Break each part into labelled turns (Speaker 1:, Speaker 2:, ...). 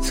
Speaker 1: С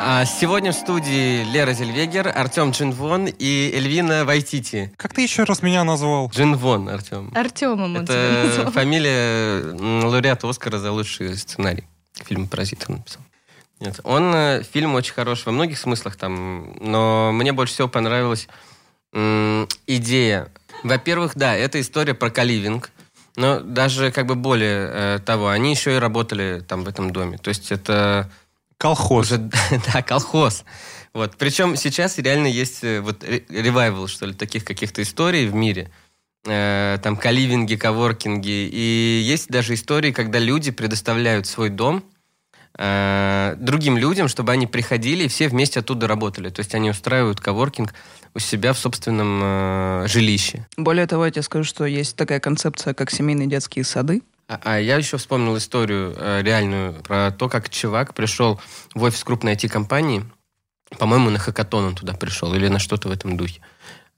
Speaker 1: А сегодня в студии Лера Зельвегер, Артем Джинвон и Эльвина Вайтити.
Speaker 2: Как ты еще раз меня назвал?
Speaker 1: Джинвон, Артем.
Speaker 3: Артемом он тебя
Speaker 1: Это
Speaker 3: назвал.
Speaker 1: фамилия м, лауреата Оскара за лучший сценарий. Фильм «Паразит» он написал. Нет, он э, фильм очень хорош во многих смыслах там, но мне больше всего понравилась м, идея. Во-первых, да, это история про каливинг, но даже как бы более э, того, они еще и работали там в этом доме. То есть это
Speaker 2: Колхоз.
Speaker 1: уже, да, колхоз. Вот. Причем сейчас реально есть э, вот ре- ревайвал, что ли, таких каких-то историй в мире. Э, Там каливинги, коворкинги. И есть даже истории, когда люди предоставляют свой дом э, другим людям, чтобы они приходили и все вместе оттуда работали. То есть они устраивают коворкинг у себя в собственном э, жилище.
Speaker 4: Более того, я тебе скажу, что есть такая концепция, как семейные детские сады.
Speaker 1: А, а я еще вспомнил историю э, реальную про то, как чувак пришел в офис крупной IT-компании. По-моему, на хакатон он туда пришел или на что-то в этом духе.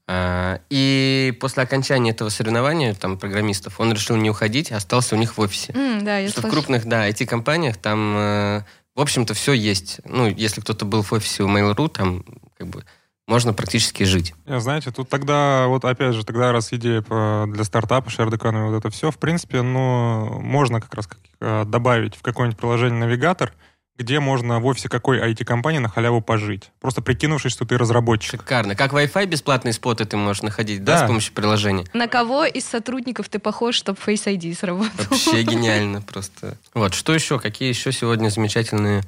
Speaker 1: А, И после окончания этого соревнования, там, программистов, он решил не уходить, а остался у них в офисе.
Speaker 3: М, Да, я
Speaker 1: Что в
Speaker 3: слышала.
Speaker 1: крупных, да, IT-компаниях там, э, в общем-то, все есть. Ну, если кто-то был в офисе у Mail.ru, там, как бы, можно практически жить.
Speaker 2: Э, Знаете, тут тогда, вот опять же, тогда раз идея по- для стартапа, share economy, вот это все, в принципе, ну, можно как раз как, э, добавить в какое-нибудь приложение навигатор, где можно в офисе какой IT-компании на халяву пожить. Просто прикинувшись, что ты разработчик.
Speaker 1: Шикарно. Как Wi-Fi бесплатные споты ты можешь находить, да,
Speaker 2: Да.
Speaker 1: с помощью приложения?
Speaker 3: На кого из сотрудников ты похож, чтобы Face ID сработал?
Speaker 1: Вообще гениально просто. Вот, что еще? Какие еще сегодня замечательные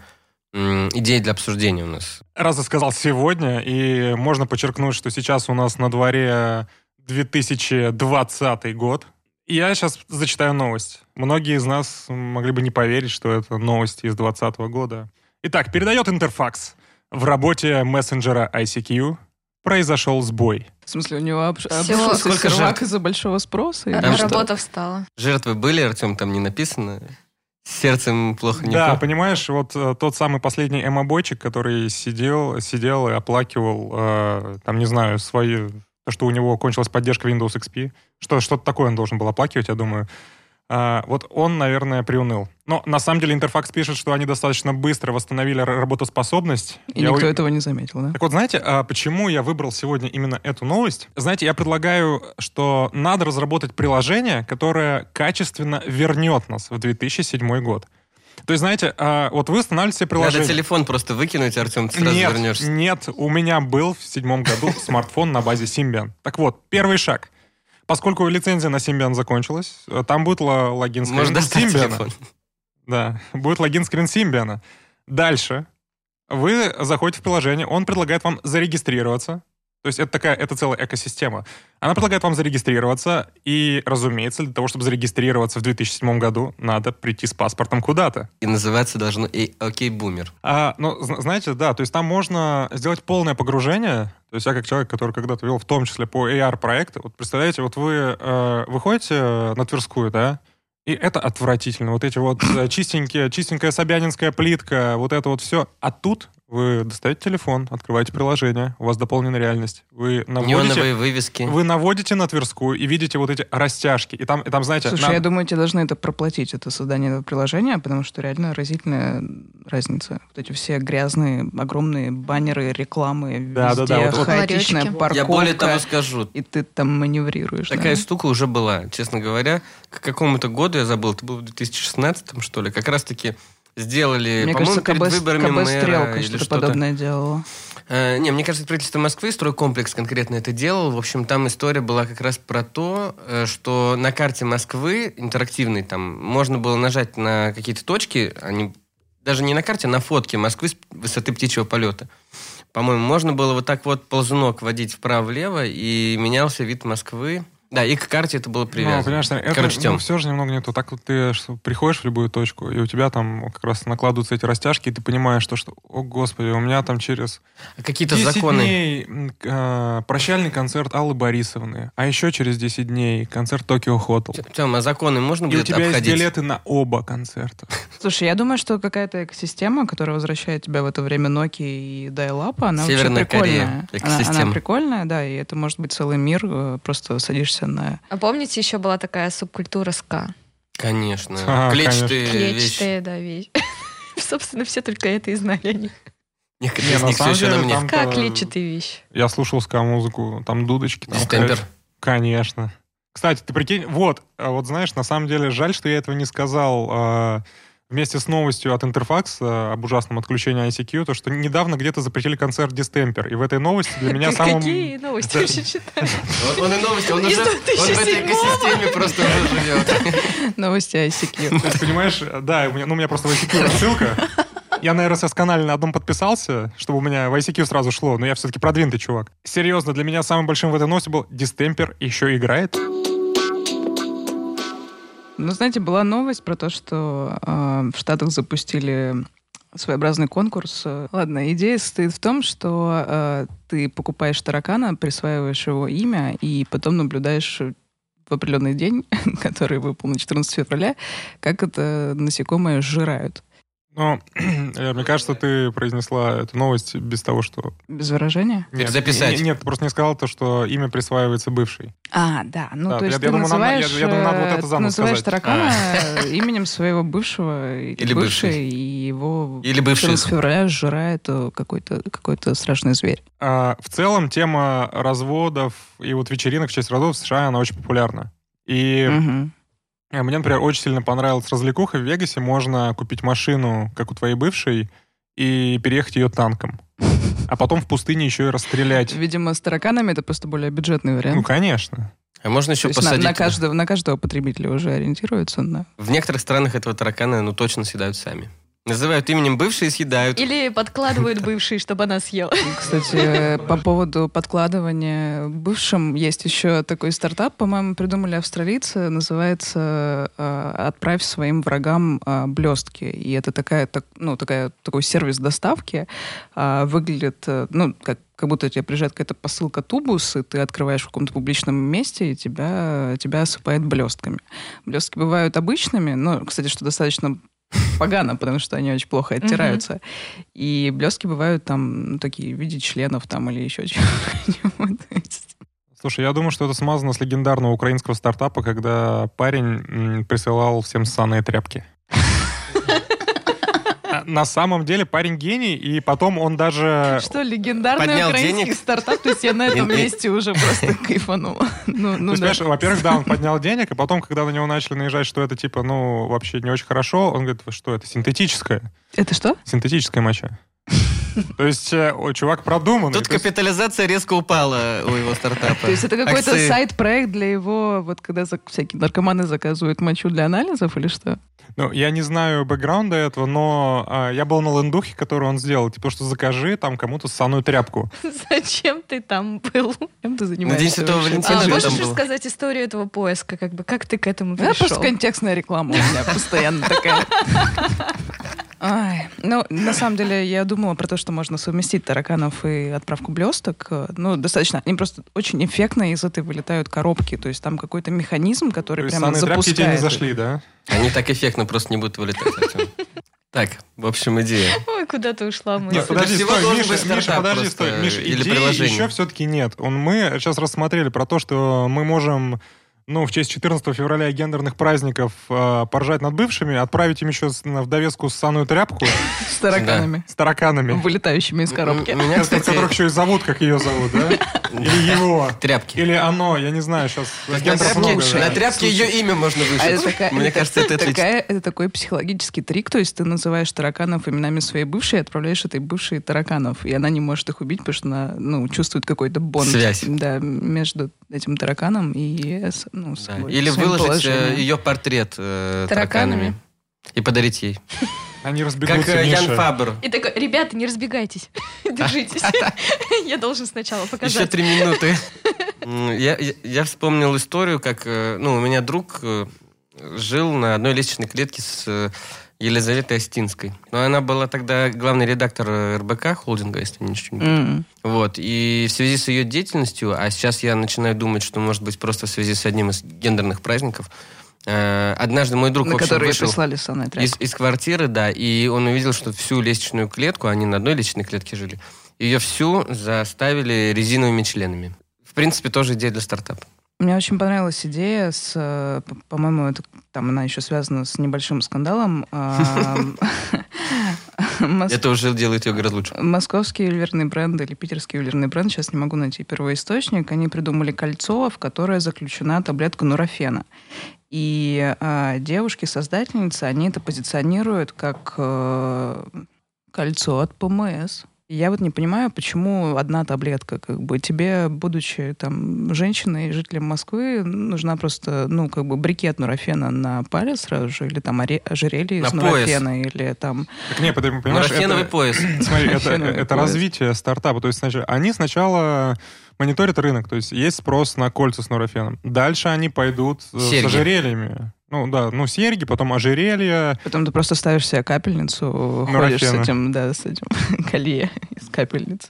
Speaker 1: м, идеи для обсуждения у нас?
Speaker 2: Раз я сказал сегодня, и можно подчеркнуть, что сейчас у нас на дворе 2020 год. И Я сейчас зачитаю новость. Многие из нас могли бы не поверить, что это новость из 2020 года. Итак, передает Интерфакс. В работе мессенджера ICQ произошел сбой.
Speaker 4: В смысле, у него обш-
Speaker 3: Всего-
Speaker 4: обрушился
Speaker 1: Сколько
Speaker 4: сервак
Speaker 1: жертв?
Speaker 4: из-за большого спроса? или
Speaker 1: Там
Speaker 3: Р-
Speaker 1: А что?
Speaker 4: что?
Speaker 3: Работа встала.
Speaker 1: Жертвы были, Артем, там не написано. С сердцем
Speaker 4: а
Speaker 1: плохо не
Speaker 2: Да,
Speaker 1: плохо.
Speaker 2: понимаешь, вот э, тот самый последний эмобойчик, который сидел, сидел и оплакивал, э, там, не знаю, свои... То, что у него кончилась поддержка Windows XP. Что, что-то такое он должен был оплакивать, я думаю. А, вот он, наверное, приуныл. Но на самом деле Интерфакс пишет, что они достаточно быстро восстановили р- работоспособность.
Speaker 4: И
Speaker 2: Я
Speaker 4: никто
Speaker 2: у-
Speaker 4: этого не заметил, да?
Speaker 2: так вот, знаете, а почему я выбрал сегодня именно эту новость? Знаете, я предлагаю, что надо разработать приложение, которое качественно вернет нас в 2007 год. То есть, знаете, а, вот вы устанавливаете себе
Speaker 1: Надо
Speaker 2: приложение.
Speaker 1: телефон просто выкинуть, Артем, ты сразу
Speaker 2: Нет,
Speaker 1: вернешься.
Speaker 2: нет, у меня был в седьмом году смартфон на базе Symbian. Так вот, первый шаг. Поскольку лицензия на Symbian закончилась, э, там будет л- логин скрин
Speaker 1: Можно достать
Speaker 2: Symbian.
Speaker 1: телефон.
Speaker 2: Да, будет логин скрин Симбиана. Дальше. Вы заходите в приложение, он предлагает вам зарегистрироваться. То есть это такая, это целая экосистема. Она предлагает вам зарегистрироваться, и, разумеется, для того, чтобы зарегистрироваться в 2007 году, надо прийти с паспортом куда-то.
Speaker 1: И называться должно «Эй, «Окей, бумер».
Speaker 2: А, ну, зн- знаете, да, то есть там можно сделать полное погружение. То есть я как человек, который когда-то вел в том числе по AR-проекту, вот представляете, вот вы э, выходите на Тверскую, да, и это отвратительно. Вот эти вот э, чистенькие, чистенькая собянинская плитка, вот это вот все. А тут вы достаете телефон, открываете приложение, у вас дополненная реальность. Вы наводите,
Speaker 1: Неоновые вывески.
Speaker 2: вы наводите на Тверскую и видите вот эти растяжки. И там, и там знаете...
Speaker 4: Слушай,
Speaker 2: на-
Speaker 4: я думаю, тебе должны это проплатить, это создание этого приложения, потому что реально разительная разница. Вот эти все грязные, огромные баннеры, рекламы,
Speaker 2: Да, да, да,
Speaker 4: везде
Speaker 2: вот- вот.
Speaker 4: хаотичная
Speaker 3: Ларечки.
Speaker 4: парковка.
Speaker 1: Я более того скажу.
Speaker 4: И ты там маневрируешь.
Speaker 1: Такая
Speaker 4: да.
Speaker 1: штука уже была, честно говоря. К какому-то году, я забыл, это было в 2016 что ли, как раз-таки сделали,
Speaker 4: Мне
Speaker 1: по-моему,
Speaker 4: кажется,
Speaker 1: перед
Speaker 4: КБ,
Speaker 1: выборами мэра
Speaker 4: КБ «Стрелка»
Speaker 1: или
Speaker 4: что-то
Speaker 1: что-то.
Speaker 4: подобное делала.
Speaker 1: Э, Не, мне кажется, правительство Москвы, стройкомплекс конкретно это делал. В общем, там история была как раз про то, э, что на карте Москвы, интерактивной там, можно было нажать на какие-то точки, они даже не на карте, а на фотке Москвы с высоты птичьего полета. По-моему, можно было вот так вот ползунок водить вправо-влево, и менялся вид Москвы. Да, и к карте это было привязано.
Speaker 2: Ну, понимаешь, это
Speaker 1: Короче, Тём.
Speaker 2: все же немного нету. Так вот ты что, приходишь в любую точку, и у тебя там как раз накладываются эти растяжки, и ты понимаешь то, что, о господи, у меня там через
Speaker 1: А Какие-то
Speaker 2: 10
Speaker 1: законы.
Speaker 2: дней м, э, прощальный концерт Аллы Борисовны, а еще через 10 дней концерт Токио Хотл.
Speaker 1: Тем, а законы можно
Speaker 2: И у
Speaker 1: будет
Speaker 2: тебя есть
Speaker 1: обходить?
Speaker 2: билеты на оба концерта.
Speaker 4: Слушай, я думаю, что какая-то экосистема, которая возвращает тебя в это время Nokia и Дайлапа, она
Speaker 1: Северная
Speaker 4: вообще прикольная.
Speaker 1: Корея.
Speaker 4: Она- Она,
Speaker 1: Экосистема.
Speaker 4: прикольная, да, и это может быть целый мир. э, Просто садишься на...
Speaker 3: А помните, еще была такая субкультура ска?
Speaker 1: Конечно.
Speaker 2: А,
Speaker 1: Клетчатые вещи.
Speaker 3: Клетчатые, да, вещи. Собственно, все только это и знали они.
Speaker 1: Некоторые
Speaker 2: Не,
Speaker 1: из
Speaker 2: на
Speaker 1: них все
Speaker 2: самом
Speaker 1: еще на
Speaker 2: деле
Speaker 1: мне.
Speaker 2: там- э,
Speaker 3: Как
Speaker 2: Да.
Speaker 3: клетчатые вещи?
Speaker 2: Я слушал ска-музыку, там дудочки. Там
Speaker 1: Дистемпер.
Speaker 2: кайф. Конечно. Кстати, ты прикинь, вот, а вот знаешь, на самом деле жаль, что я этого не сказал а, вместе с новостью от Интерфакс а, об ужасном отключении ICQ, то, что недавно где-то запретили концерт Дистемпер, и в этой новости для меня
Speaker 3: Ты
Speaker 2: самым...
Speaker 3: Какие новости
Speaker 2: Да.
Speaker 3: вообще читаешь?
Speaker 1: Он, он и новости, он
Speaker 3: Из
Speaker 1: уже он в
Speaker 3: 2007-го.
Speaker 1: этой экосистеме просто уже живет.
Speaker 4: Новости ICQ.
Speaker 2: То есть, понимаешь, да, у меня, ну, у меня просто в ICQ рассылка. Я на РСС-канале на одном подписался, чтобы у меня в ICQ сразу шло, но я все-таки продвинутый чувак. Серьезно, для меня самым большим в этой новости был Дистемпер еще играет.
Speaker 4: Ну, знаете, была новость про то, что э, в Штатах запустили своеобразный конкурс. Ладно, идея состоит в том, что э, ты покупаешь таракана, присваиваешь его имя и потом наблюдаешь в определенный день, который выпал на 14 февраля, как это насекомое жирают.
Speaker 2: Но э, мне кажется, ты произнесла эту новость без того, что...
Speaker 4: Без выражения?
Speaker 1: Так записать.
Speaker 2: не- Нет, ты просто не сказал то, что имя присваивается бывший.
Speaker 4: А, да. Ну,
Speaker 2: Да,
Speaker 4: то
Speaker 2: я-
Speaker 4: есть
Speaker 2: я
Speaker 4: ты
Speaker 2: думаю, надо- я-
Speaker 4: называешь,
Speaker 2: я думаю, надо вот это
Speaker 4: э, ты
Speaker 2: заново
Speaker 4: называешь
Speaker 2: сказать. А.
Speaker 4: таракана э, именем своего бывшего или,
Speaker 1: Или бывшей.
Speaker 4: бывшей, и его
Speaker 1: Или бывших.
Speaker 4: 14 февраля сжирает э, какой-то какой-то страшный зверь.
Speaker 2: А, в целом, тема разводов и вот вечеринок в честь разводов в США, она очень популярна. И
Speaker 4: Мгм.
Speaker 2: э, мне, например, очень сильно понравилась развлекуха. В Вегасе можно купить машину, как у твоей бывшей, и переехать ее танком. А потом в пустыне еще и расстрелять.
Speaker 4: Видимо, с тараканами это просто более бюджетный вариант.
Speaker 2: Ну, конечно.
Speaker 1: А можно
Speaker 4: То
Speaker 1: еще
Speaker 4: есть на,
Speaker 1: посадить...
Speaker 4: на каждого, на каждого потребителя уже ориентируются на...
Speaker 1: В некоторых странах этого таракана, ну, точно съедают сами. Называют именем бывшие и съедают.
Speaker 3: Или подкладывают бывшие, чтобы она съела.
Speaker 4: Кстати, э, по поводу подкладывания бывшим есть еще такой стартап, по-моему, придумали австралийцы, называется э, «Отправь своим врагам э, блестки». И это такая, так, ну, такая, такой сервис доставки. А, выглядит, э, ну, как, как будто тебе приезжает какая-то посылка тубус, и ты открываешь в каком-то публичном месте, и тебя, тебя осыпает блестками. Блестки бывают обычными, но, кстати, что достаточно погано, потому что они очень плохо оттираются. И блестки бывают там ну, такие в виде членов там или еще чего-нибудь. То есть,
Speaker 2: Слушай, я думаю, что это смазано с легендарного украинского стартапа, когда парень м, присылал всем ссаные тряпки. А На самом деле парень гений, и потом он даже...
Speaker 4: Что, легендарный
Speaker 1: Поднял
Speaker 4: украинский
Speaker 1: денег?
Speaker 4: стартап? То есть я на этом
Speaker 1: И- и-
Speaker 4: месте уже просто кайфанула. Ну,
Speaker 2: То
Speaker 4: ну
Speaker 2: есть,
Speaker 4: да.
Speaker 2: понимаешь, во-первых, да, он поднял денег, а потом, когда на него начали наезжать, что это типа, ну, вообще не очень хорошо, он говорит, «Вы что это синтетическое,
Speaker 4: Это что?
Speaker 2: синтетическое моча. То есть э, о, чувак продуманный.
Speaker 1: Тут
Speaker 2: То есть
Speaker 1: капитализация резко упала у его стартапа.
Speaker 4: То есть это какой-то
Speaker 1: Акции-
Speaker 4: сайт-проект для его, вот когда за- всякие наркоманы заказывают мочу для анализов или что?
Speaker 2: Ну, я не знаю бэкграунда этого, но а, я был на лендухе, который он сделал. Типа, что закажи там кому-то ссаную тряпку.
Speaker 3: Зачем ты там был?
Speaker 4: Чем ты
Speaker 1: На
Speaker 4: занимаешься?
Speaker 1: День Святого
Speaker 4: вообще?
Speaker 1: Валентина
Speaker 3: А
Speaker 1: же
Speaker 3: можешь
Speaker 1: Ну, там было.
Speaker 3: рассказать историю этого поиска? Как бы как ты к этому
Speaker 4: Да,
Speaker 3: пришел?
Speaker 4: просто контекстная реклама у меня постоянно такая. Ай, ну, на самом деле, я думала про то, что можно совместить тараканов и отправку блесток. Э, Ну, достаточно. Они просто очень эффектно из этой вылетают коробки. То есть там какой-то механизм,
Speaker 2: То
Speaker 4: который
Speaker 2: есть
Speaker 4: прямо
Speaker 2: ссаные тряпки тебе не
Speaker 4: запускает.
Speaker 2: зашли, да?
Speaker 1: Они так эффектно просто не будут вылетать. Артём. Так, в общем, идея.
Speaker 3: Ой, куда ты ушла мысль?
Speaker 2: Нет, подожди,
Speaker 1: Ну, всего
Speaker 2: стой,
Speaker 1: должен
Speaker 2: Миша,
Speaker 1: быть
Speaker 2: Миша,
Speaker 1: стартап
Speaker 2: подожди,
Speaker 1: просто, э,
Speaker 2: стой, Миша,
Speaker 1: или
Speaker 2: идеи
Speaker 1: приложение.
Speaker 2: еще все-таки нет. Он, мы сейчас рассмотрели про то, что мы можем, ну, в честь 14 февраля и гендерных праздников э, поржать над бывшими, отправить им еще с- на- в довеску ссаную тряпку
Speaker 4: С тараканами.
Speaker 2: с тараканами,
Speaker 4: Вылетающими из
Speaker 2: Ну,
Speaker 4: коробки.
Speaker 1: М- Меня,
Speaker 2: Кстати,
Speaker 1: кстати,
Speaker 2: которых еще и зовут, как ее зовут, да? Или его.
Speaker 1: тряпки.
Speaker 2: Или оно, я не знаю, сейчас
Speaker 1: На
Speaker 2: гендеров
Speaker 1: тряпке-
Speaker 2: много.
Speaker 1: на
Speaker 2: да.
Speaker 1: тряпке ее имя можно
Speaker 4: А это
Speaker 1: вышить.
Speaker 4: такая-
Speaker 1: Мне кажется, это отлично.
Speaker 4: такая- это такой психологический трик, то есть ты называешь тараканов именами своей бывшей, и отправляешь этой бывшей тараканов, и она не может их убить, потому что она ну, чувствует какой-то бонд
Speaker 1: Связь.
Speaker 4: Да, между этим тараканом и с- ну,
Speaker 1: Да,
Speaker 4: собой,
Speaker 1: Или
Speaker 4: своим
Speaker 1: выложить э,
Speaker 4: положением.
Speaker 1: ее портрет э,
Speaker 4: Тараканами.
Speaker 1: тараканами и подарить ей.
Speaker 2: Они разбегутся,
Speaker 1: Как э, Ян
Speaker 2: Миша.
Speaker 1: Фабер.
Speaker 3: И такой, ребята, не разбегайтесь, держитесь. Я должен сначала
Speaker 1: Еще
Speaker 3: показать.
Speaker 1: три минуты. М, Я, я- я вспомнил историю, как э, ну, у меня друг э, жил на одной лестничной клетке с э, Елизаветой Остинской. Но она была тогда главный редактор э, РБК холдинга, если я ничего не
Speaker 4: М.
Speaker 1: Вот, и в связи с ее деятельностью, а сейчас я начинаю думать, что, может быть, просто в связи с одним из гендерных праздников, э, однажды мой друг, в
Speaker 4: на
Speaker 1: общем,
Speaker 4: которые
Speaker 1: вышел
Speaker 4: прислали сонный трек.
Speaker 1: из, из квартиры, да, и он увидел, что всю лестничную клетку, они на одной лестничной клетке жили, ее всю заставили резиновыми членами. В принципе, тоже идея для стартапа.
Speaker 4: Мне очень понравилась идея с, э, п- по-моему, это там она еще связана с небольшим скандалом. а, мос-
Speaker 1: Это уже делает ее гораздо лучше.
Speaker 4: Московский ювелирный бренд или питерский ювелирный бренд, сейчас не могу найти первоисточник, они придумали кольцо, в которое заключена таблетка нурофена. И а, девушки-создательницы, они это позиционируют как э, кольцо от ПМС. И Я вот не понимаю, почему одна таблетка, как бы тебе, будучи там женщиной, жителем Москвы, нужна просто, ну, как бы брикет нурофена на палец сразу же, или там оре- ожерелье
Speaker 1: На
Speaker 4: из
Speaker 1: пояс.
Speaker 4: нурофена, или там...
Speaker 2: Так не, подожди, понимаешь,
Speaker 1: Марафеновый
Speaker 2: это-
Speaker 1: пояс.
Speaker 2: Смотри, это,
Speaker 4: Вообще, ну,
Speaker 2: это
Speaker 4: такое.
Speaker 2: развитие стартапа. То есть, значит, они сначала мониторят рынок, то есть есть спрос на кольца с нурофеном. Дальше они пойдут э, с
Speaker 1: Серьги.
Speaker 2: ожерельями. Ну да, ну серьги, потом ожерелья.
Speaker 4: Потом ты просто ставишь себе капельницу, ходишь с
Speaker 2: Нурофена.
Speaker 4: этим, да, с этим колье из капельниц.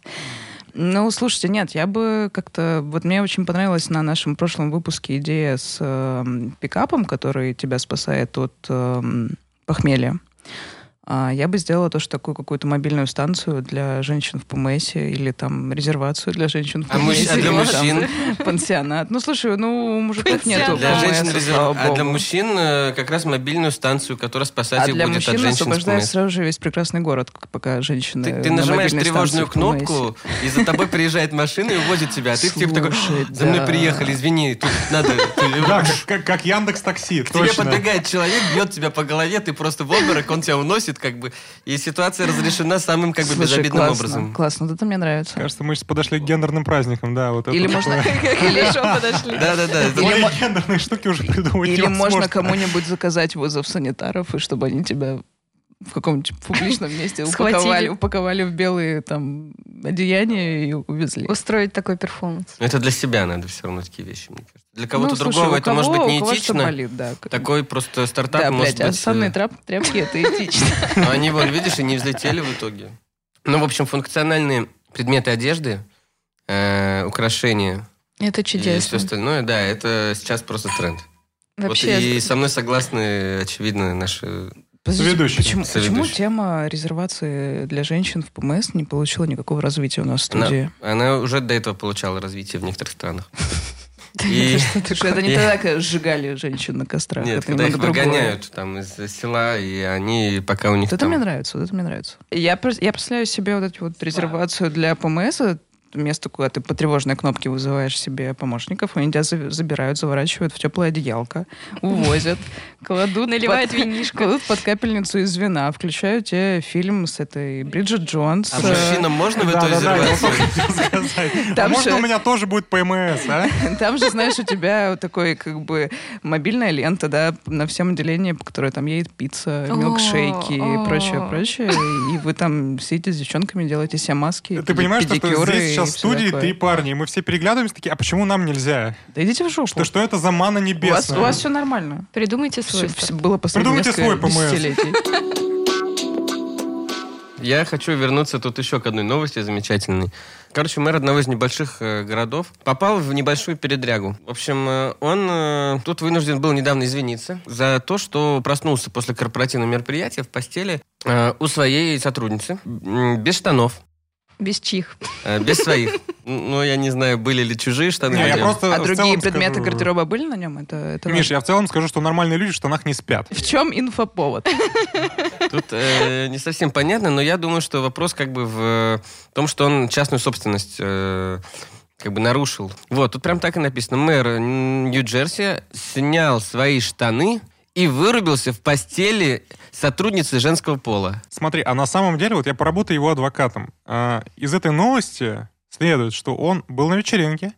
Speaker 4: Ну, слушайте, нет, я бы как-то... Вот мне очень понравилась на нашем прошлом выпуске идея с эм, пикапом, который тебя спасает от эм, похмелья. А, я бы сделала тоже такую какую-то мобильную станцию для женщин в ПМС или там резервацию для женщин в
Speaker 1: А,
Speaker 4: ПМС.
Speaker 1: мужч- а для
Speaker 4: или там
Speaker 1: мужчин?
Speaker 4: Пансионат. Ну, слушай, ну, у мужиков нету
Speaker 3: Пансионат.
Speaker 1: Для
Speaker 4: ПМС,
Speaker 1: женщин
Speaker 4: слава
Speaker 1: резерв- А для
Speaker 4: богу.
Speaker 1: мужчин э, как раз мобильную станцию, которая спасать
Speaker 4: А
Speaker 1: их
Speaker 4: для
Speaker 1: будет от
Speaker 4: мужчин
Speaker 1: женщин с
Speaker 4: освобождаешь
Speaker 1: ПМС.
Speaker 4: сразу же весь прекрасный город, к- пока женщины
Speaker 1: Ты, ты
Speaker 4: на
Speaker 1: нажимаешь
Speaker 4: мобильной станции
Speaker 1: тревожную
Speaker 4: в КМС.
Speaker 1: кнопку, и за тобой приезжает машина и увозит тебя. А ты типа такой,
Speaker 4: Слушай,
Speaker 1: за мной
Speaker 4: да.
Speaker 1: приехали, извини, тут надо... ты-
Speaker 2: Да, как- как, как Яндекс Такси,
Speaker 1: К тебе
Speaker 2: точно.
Speaker 1: подбегает человек, бьет тебя по голове, ты просто в обморок, он тебя уносит, как бы. И ситуация разрешена самым, как бы,
Speaker 4: Слушай,
Speaker 1: безобидным
Speaker 4: классно,
Speaker 1: образом.
Speaker 4: Классно, вот это мне нравится.
Speaker 2: Кажется, мы сейчас подошли к гендерным праздникам, да. Вот это
Speaker 4: Или
Speaker 2: такое.
Speaker 4: можно,
Speaker 3: Хорошо, подошли.
Speaker 1: Да-да-да. это-
Speaker 4: Или
Speaker 2: Более
Speaker 4: мо-
Speaker 2: гендерные штуки уже придумать
Speaker 4: или можно
Speaker 2: невозможно.
Speaker 4: кому-нибудь заказать вызов санитаров, и чтобы они тебя в каком-нибудь публичном месте
Speaker 3: Схватили.
Speaker 4: упаковали, упаковали в белые там одеяния и увезли.
Speaker 3: Устроить такой перформанс.
Speaker 1: Ну, Это для себя надо все равно такие вещи, мне кажется. Для
Speaker 4: Ну,
Speaker 1: кого-то
Speaker 4: слушай,
Speaker 1: другого
Speaker 4: у
Speaker 1: это может быть
Speaker 4: кого- у кого что
Speaker 1: неэтично.
Speaker 4: болит, да.
Speaker 1: Такой просто стартап
Speaker 4: да,
Speaker 1: может
Speaker 4: блядь, а
Speaker 1: быть...
Speaker 4: санные
Speaker 1: э,
Speaker 4: трап- тряпки это этично.
Speaker 1: Но они, вон, видишь, и не взлетели в итоге. Ну, в общем, функциональные предметы одежды, э, украшения
Speaker 3: Это
Speaker 1: и все
Speaker 3: чудесно.
Speaker 1: остальное, да, это сейчас просто тренд. Вот и
Speaker 3: Вообще,
Speaker 1: со мной согласны, очевидно, наши...
Speaker 4: Подождите,
Speaker 2: Соведущий.
Speaker 4: Почему,
Speaker 1: Соведущий.
Speaker 4: почему тема резервации для женщин в ПМС не получила никакого развития у нас в
Speaker 1: Она-
Speaker 4: студии?
Speaker 1: Она уже до этого получала развитие в некоторых странах. И-
Speaker 3: это что
Speaker 4: Слушай,
Speaker 3: такое?
Speaker 4: это не
Speaker 1: Я-
Speaker 4: тогда, когда сжигали женщин на кострах.
Speaker 1: Нет,
Speaker 4: это
Speaker 1: когда их
Speaker 4: немного другое.
Speaker 1: выгоняют там из села, и они пока у них
Speaker 4: Вот это
Speaker 1: там-
Speaker 4: мне нравится, вот это мне нравится. Я, прос- я представляю себе вот эту вот резервацию для ПМС, это место, куда ты по тревожной кнопке вызываешь себе помощников, они тебя за- забирают, заворачивают в теплое одеялко, увозят, кладут...
Speaker 3: Наливают
Speaker 4: под-
Speaker 3: винишко.
Speaker 4: Кладут под капельницу из вина, включают тебе фильм с этой Бриджит Джонс.
Speaker 1: А
Speaker 4: э,
Speaker 1: мужчинам можно в эту
Speaker 2: Да-да-да, я вот
Speaker 1: резервацию?
Speaker 2: только хотел сказать. А
Speaker 4: Там
Speaker 2: можно
Speaker 4: же-
Speaker 2: у меня тоже будет ПМС, а?
Speaker 4: Там же, знаешь, у тебя такой как бы мобильная лента, да, на всем отделении, по которой там едет пицца,
Speaker 3: О,
Speaker 4: милкшейки и
Speaker 3: о.
Speaker 4: прочее, прочее. И вы там сидите с девчонками, делаете себе маски.
Speaker 2: Ты понимаешь, то, что
Speaker 4: педикюры
Speaker 2: здесь
Speaker 4: и
Speaker 2: сейчас в
Speaker 4: всё
Speaker 2: студии
Speaker 4: такое.
Speaker 2: три парня, и мы все переглядываемся такие, а почему нам нельзя?
Speaker 4: Да идите в жопу.
Speaker 2: Что, что это за мана
Speaker 4: у, вас,
Speaker 2: небесная?
Speaker 4: у вас все нормально.
Speaker 3: Придумайте
Speaker 4: Все,
Speaker 3: свой. старт.
Speaker 4: было последние
Speaker 2: Придумайте свой
Speaker 4: несколько
Speaker 2: ПМС.
Speaker 4: десятилетий.
Speaker 1: Я хочу вернуться тут еще к одной новости замечательной. Короче, мэр одного из небольших э, городов попал в небольшую передрягу. В общем, э, он э, тут вынужден был недавно извиниться за то, что проснулся после корпоративного мероприятия в постели э, у своей сотрудницы м, без штанов,
Speaker 3: Без чих.
Speaker 1: э, без своих. Ну, я не знаю, были ли чужие штаны.
Speaker 2: Не, я просто
Speaker 4: А
Speaker 2: в
Speaker 4: другие
Speaker 2: целом
Speaker 4: предметы
Speaker 2: скажу-
Speaker 4: гардероба были на нем? Это, это
Speaker 2: Миш,
Speaker 4: важно.
Speaker 2: я в целом скажу, что нормальные люди в штанах не спят.
Speaker 4: В чем инфоповод?
Speaker 1: Тут э, не совсем понятно, но я думаю, что вопрос как бы в э, том, что он частную собственность э, как бы нарушил. Вот, тут прям так и написано. Мэр э, Нью-Джерси снял свои штаны и вырубился в постели сотрудницы женского пола.
Speaker 2: Смотри, а на самом деле, вот я поработаю его адвокатом. А, Из этой новости следует, что он был на вечеринке,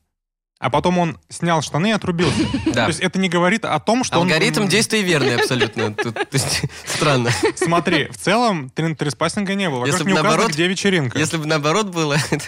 Speaker 2: а потом он снял штаны и отрубился.
Speaker 1: Да.
Speaker 2: То есть это не говорит о том, что он-
Speaker 1: Алгоритм действий верный абсолютно. Тут то есть, странно.
Speaker 2: Смотри, в целом трин- триспассинга не было.
Speaker 1: Если
Speaker 2: Во-первых,
Speaker 1: бы
Speaker 2: не указано,
Speaker 1: наоборот,
Speaker 2: где вечеринка.
Speaker 1: Если бы наоборот было... это-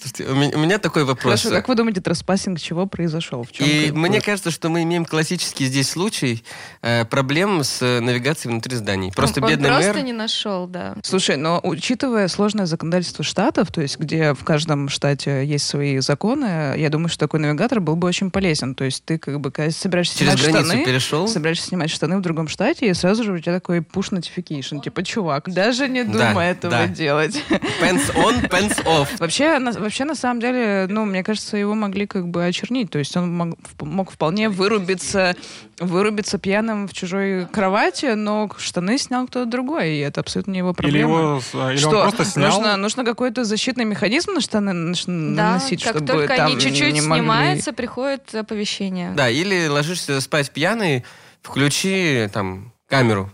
Speaker 1: Слушайте, у меня, у меня такой вопрос.
Speaker 4: Хорошо, как вы думаете, траспассинг чего произошел? В чем
Speaker 1: И
Speaker 4: как бы,
Speaker 1: мне кажется, что мы имеем классический здесь случай э, проблем с э, навигацией внутри зданий. Просто
Speaker 3: Ну, Он
Speaker 1: бедный
Speaker 3: просто
Speaker 1: мэр...
Speaker 3: не нашел, да.
Speaker 4: Слушай, но учитывая сложное законодательство штатов, то есть где в каждом штате есть свои законы, я думаю, что такой навигатор был бы очень полезен. То есть ты как бы когда собираешься
Speaker 1: Через
Speaker 4: снимать
Speaker 1: границу
Speaker 4: штаны,
Speaker 1: перешел.
Speaker 4: собираешься снимать штаны в другом штате, и сразу же у тебя такой push notification, типа, чувак, даже не
Speaker 1: Да,
Speaker 4: думай этого
Speaker 1: да.
Speaker 4: делать.
Speaker 1: Pants on, pants off.
Speaker 4: Вообще, на, вообще, на самом деле, ну, мне кажется, его могли как бы очернить. То есть он мог, вп- мог вполне вырубиться, вырубиться пьяным в чужой кровати, но штаны снял кто-то другой, и это абсолютно не его
Speaker 2: Или,
Speaker 4: проблема.
Speaker 2: его, с- а, или
Speaker 4: что
Speaker 2: он просто снял.
Speaker 4: нужно, нужно какой-то защитный механизм на штаны наш-
Speaker 1: Ну,
Speaker 3: Да,
Speaker 4: наносить,
Speaker 3: как
Speaker 4: чтобы
Speaker 3: только
Speaker 4: там
Speaker 3: они чуть-чуть
Speaker 4: не могли-
Speaker 3: снимаются, приходит оповещение.
Speaker 1: Да, или ложишься спать пьяный, включи там камеру,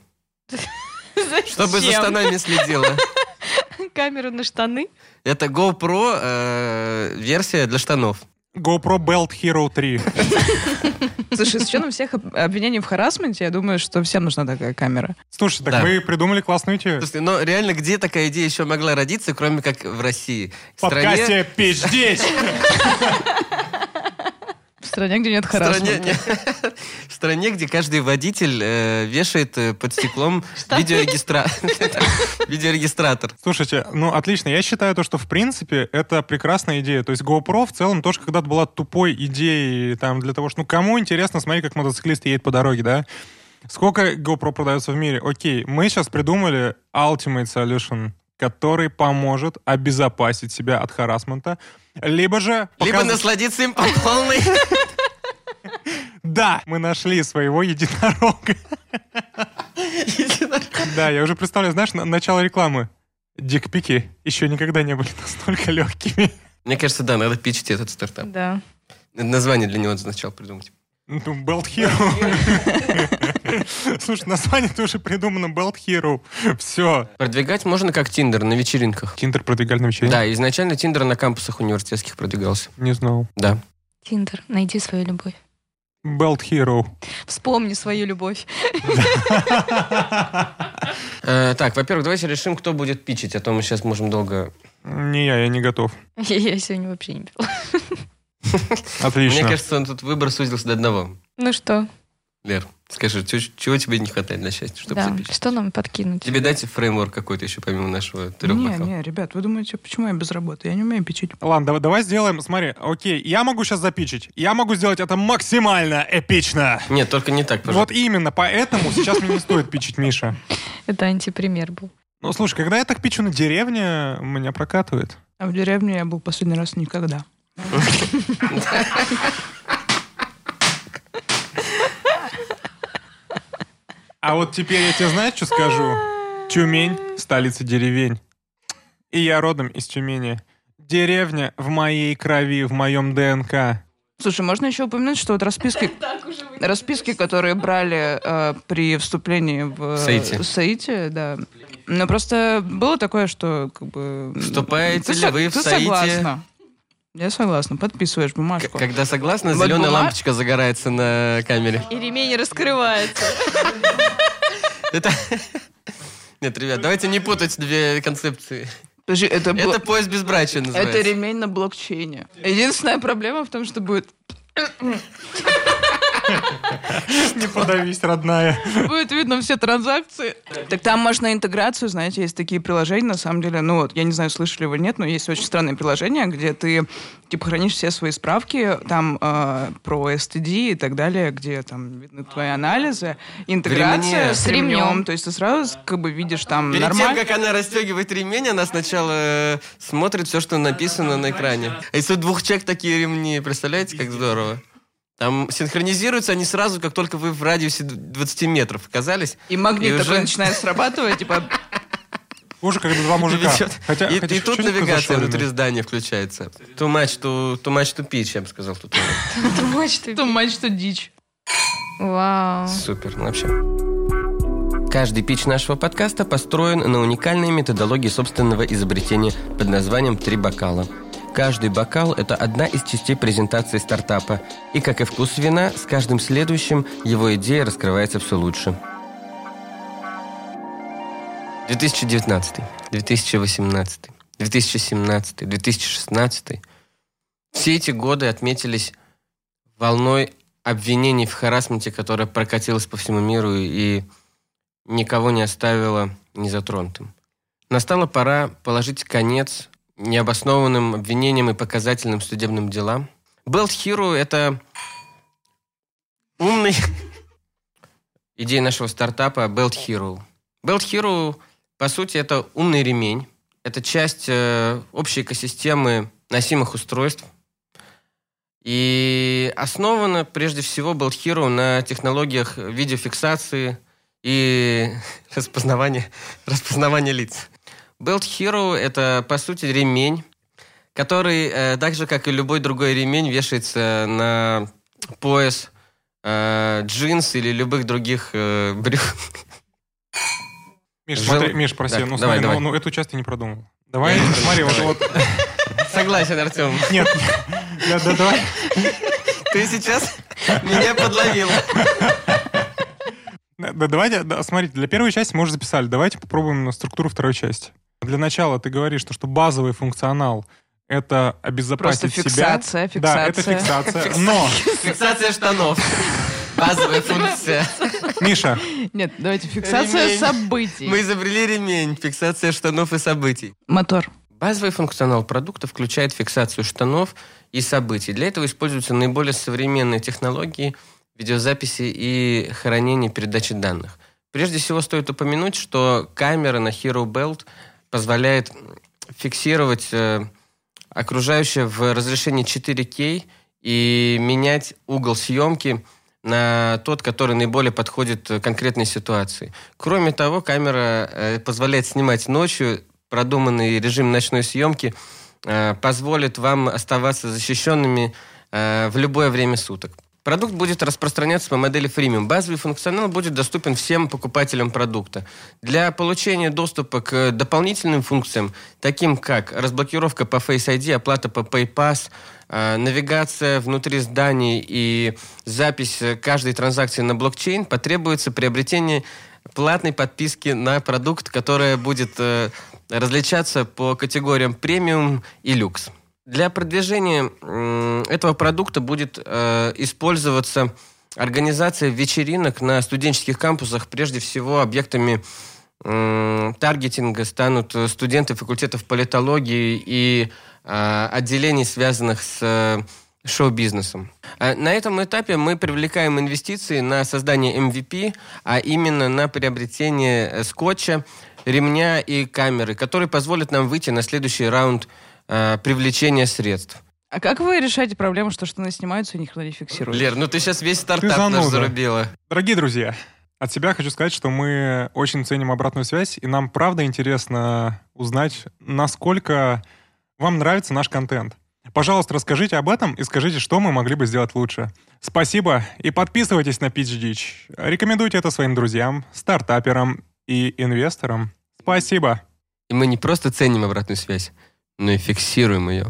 Speaker 1: чтобы за
Speaker 3: Зачем?
Speaker 1: штанами следила.
Speaker 3: Камеру на штаны.
Speaker 1: Это GoPro э, версия для штанов.
Speaker 2: GoPro Belt Hero 3.
Speaker 4: Слушай, с учетом всех об- обвинений в харасменте, я думаю, что всем нужна такая камера.
Speaker 2: Слушай, так
Speaker 1: Да.
Speaker 2: вы придумали классную идею.
Speaker 1: Слушайте, но реально, где такая идея еще могла родиться, кроме как в России? В
Speaker 2: В подкасте «Пиздец».
Speaker 4: В стране, где нет
Speaker 1: в стране,
Speaker 4: харасмента.
Speaker 1: в стране, где каждый водитель э, вешает э, под стеклом видеорегистра- видеорегистратор.
Speaker 2: Слушайте, ну отлично. Я считаю то, что в принципе это прекрасная идея. То есть GoPro в целом тоже когда-то была тупой идеей там для того, что ну кому интересно смотреть, как мотоциклист едет по дороге, да? Сколько GoPro продается в мире? Окей, мы сейчас придумали Ultimate Solution, который поможет обезопасить себя от харасмента, либо же...
Speaker 1: Либо
Speaker 2: показ-
Speaker 1: насладиться им по полной.
Speaker 2: Да, мы нашли своего единорога. Да, я уже представляю, знаешь, на- начало рекламы. Дикпики еще никогда не были настолько легкими.
Speaker 1: Мне кажется, да, надо пичить этот стартап.
Speaker 3: Да.
Speaker 1: Надо Название для него сначала придумать.
Speaker 2: Ну, Belt Hero. Слушай, название-то уже придумано Belt Hero. Все.
Speaker 1: Продвигать можно как Тиндер на вечеринках.
Speaker 2: Тиндер продвигали на вечеринке?
Speaker 1: Да, изначально Тиндер на кампусах университетских продвигался.
Speaker 2: Не знал.
Speaker 1: Да.
Speaker 3: Тиндер, найди свою любовь.
Speaker 2: Belt Hero.
Speaker 3: Вспомни свою любовь.
Speaker 1: Э, так, во-первых, давайте решим, кто будет пичить, а то мы сейчас можем долго...
Speaker 2: Не я, я не готов.
Speaker 3: Я, я сегодня вообще не пила.
Speaker 1: Мне
Speaker 2: Отлично.
Speaker 1: кажется, он тут выбор сузился до одного.
Speaker 3: Ну что?
Speaker 1: Лер, скажи, чё- чего тебе не хватает для счастья, чтобы
Speaker 3: да.
Speaker 1: запичить?
Speaker 3: Что нам подкинуть?
Speaker 1: Тебе дайте фреймворк какой-то еще помимо нашего трех
Speaker 4: Не, не, ребят, вы думаете, почему я без работы? Я не умею печить.
Speaker 2: Ладно, давай, давай сделаем. Смотри, окей, я могу сейчас запичить. Я могу сделать это максимально эпично.
Speaker 1: Нет, только не так,
Speaker 2: Вот
Speaker 1: пожалуйста.
Speaker 2: именно, поэтому сейчас мне не стоит пичить, Миша.
Speaker 3: Это антипример был.
Speaker 2: Ну, слушай, когда я так пичу на деревне, меня прокатывает.
Speaker 4: А в деревне я был последний раз никогда.
Speaker 2: А вот теперь я тебе знаешь, что скажу? Тюмень — столица деревень. И я родом из Тюмени. Деревня в моей крови, в моем ДНК.
Speaker 4: Слушай, можно еще упомянуть, что вот расписки, расписки, которые брали э, при вступлении в э,
Speaker 1: Саити.
Speaker 4: Саити, да. Ну просто было такое, что как бы. м,
Speaker 1: Вступаете
Speaker 4: ты
Speaker 1: ли
Speaker 4: со-
Speaker 1: вы в
Speaker 4: ты
Speaker 1: Саити?
Speaker 4: согласна. Я согласна. Подписываешь бумажку.
Speaker 1: К- Когда согласна,
Speaker 4: Вот
Speaker 1: зеленая
Speaker 4: была-
Speaker 1: лампочка загорается на камере.
Speaker 3: И ремень не раскрывается.
Speaker 1: Это... Нет, ребят, давайте не путать две концепции.
Speaker 4: Подожди, это, бл-
Speaker 1: Это поезд безбрачия
Speaker 4: это
Speaker 1: называется.
Speaker 4: ремень на блокчейне. Единственная проблема в том, что будет
Speaker 2: Не подавись, родная.
Speaker 4: Будет видно все транзакции. Так там можно интеграцию, знаете, есть такие приложения, на самом деле, ну вот, я не знаю, слышали вы, нет, но есть очень странные приложения, где ты, типа, хранишь все свои справки, там, э, про STD и так далее, где там видны твои анализы, интеграция
Speaker 1: ремне.
Speaker 4: с
Speaker 3: С ремнем.
Speaker 4: ремнем, то есть ты сразу, как бы, видишь там
Speaker 1: Перед
Speaker 4: нормально.
Speaker 1: тем, как она расстегивает ремень, она сначала э, смотрит все, что написано на экране. А если у двух человек такие ремни, представляете, как здорово? Там синхронизируются они сразу, как только вы в радиусе 20 метров оказались.
Speaker 4: И магнит
Speaker 1: И
Speaker 4: такой
Speaker 1: уже-
Speaker 4: начинает срабатывать, типа,
Speaker 2: Уже когда два мужика.
Speaker 1: Ведет.
Speaker 2: Хотя,
Speaker 1: и,
Speaker 2: хотя
Speaker 1: и тут
Speaker 2: чуть-чуть
Speaker 1: навигация
Speaker 2: позашоренные.
Speaker 1: внутри здания включается. Too much to, too much to pitch, я бы сказал. Тут.
Speaker 3: Ты мочь, ты-
Speaker 4: что мать, что дичь.
Speaker 3: Вау.
Speaker 1: Супер, ну вообще. Каждый пич нашего подкаста построен на уникальной методологии собственного изобретения под названием «Три бокала». Каждый бокал – это одна из частей презентации стартапа. И как и вкус вина, с каждым следующим его идея раскрывается все лучше. 2019, 2018, 2017, 2016. Все эти годы отметились волной обвинений в харасменте, которая прокатилась по всему миру и никого не оставила незатронутым. Настала пора положить конец необоснованным обвинениям и показательным судебным делам. Build Hero — это умный идея нашего стартапа Build Hero. Build Hero, по сути, это умный ремень. Это часть э, общей экосистемы носимых устройств. И основана, прежде всего, Build Hero на технологиях видеофиксации и распознавания, распознавания лиц. Build Hero — это, по сути, ремень, который, э, так же, как и любой другой ремень, вешается на пояс э, джинс или любых других э, брюк.
Speaker 2: Миш,
Speaker 1: Жел-
Speaker 2: смотри, Миш, прости,
Speaker 1: Так,
Speaker 2: ну
Speaker 1: давай,
Speaker 2: смотри,
Speaker 1: давай.
Speaker 2: Ну, ну, эту часть я не продумал. Давай, смотри, вот,
Speaker 1: Давай.
Speaker 2: вот-
Speaker 1: Согласен, Артем.
Speaker 2: Нет, да, да, давай.
Speaker 1: Ты сейчас меня подловил.
Speaker 2: Да, да, давайте, да, смотрите, для первой части мы уже записали. Давайте попробуем на структуру второй части. Для начала ты говоришь, что, что базовый функционал — это обезопасить
Speaker 4: Просто
Speaker 2: себя.
Speaker 4: фиксация,
Speaker 2: Да, это
Speaker 4: фиксация.
Speaker 2: фиксация. Но,
Speaker 1: Фиксация штанов. Базовая функция.
Speaker 2: Миша,
Speaker 4: Нет, давайте фиксация
Speaker 1: Ремень.
Speaker 4: событий.
Speaker 1: Мы изобрели ремень. Фиксация штанов и событий.
Speaker 4: Мотор.
Speaker 1: Базовый функционал продукта включает фиксацию штанов и событий. Для этого используются наиболее современные технологии видеозаписи и хранения и передачи данных. Прежде всего стоит упомянуть, что камера на Hero Belt позволяет фиксировать э, окружающее в разрешении 4К и менять угол съемки на тот, который наиболее подходит э, конкретной ситуации. Кроме того, камера э, позволяет снимать ночью. Продуманный режим ночной съемки э, позволит вам оставаться защищенными э, в любое время суток. Продукт будет распространяться по модели фримиум. Базовый функционал будет доступен всем покупателям продукта. Для получения доступа к э, дополнительным функциям, таким как разблокировка по Face ID, оплата по PayPass, э, навигация внутри зданий и запись э, каждой транзакции на блокчейн, потребуется приобретение платной подписки на продукт, которая будет э, различаться по категориям премиум и люкс. Для продвижения м, этого продукта будет э, использоваться организация вечеринок на студенческих кампусах, прежде всего объектами м, таргетинга станут э, студенты факультетов политологии и э, отделений, связанных с э, шоу-бизнесом. А На этом этапе мы привлекаем инвестиции на создание MVP, а именно на приобретение э, скотча, ремня и камеры, которые позволят нам выйти на следующий раунд э, привлечения средств.
Speaker 4: А как вы решаете проблему, что штаны снимаются и ни хрена не фиксируют?
Speaker 1: Лер, ну ты сейчас весь стартап
Speaker 2: зануда.
Speaker 1: наш зарубила.
Speaker 2: Дорогие друзья, от себя хочу сказать, что мы очень ценим обратную связь, и нам правда интересно узнать, насколько вам нравится наш контент. Пожалуйста, расскажите об этом и скажите, что мы могли бы сделать лучше. Спасибо и подписывайтесь на Pitch Ditch. Рекомендуйте это своим друзьям, стартаперам и инвесторам. Спасибо.
Speaker 1: И мы не просто ценим обратную связь, но и фиксируем ее.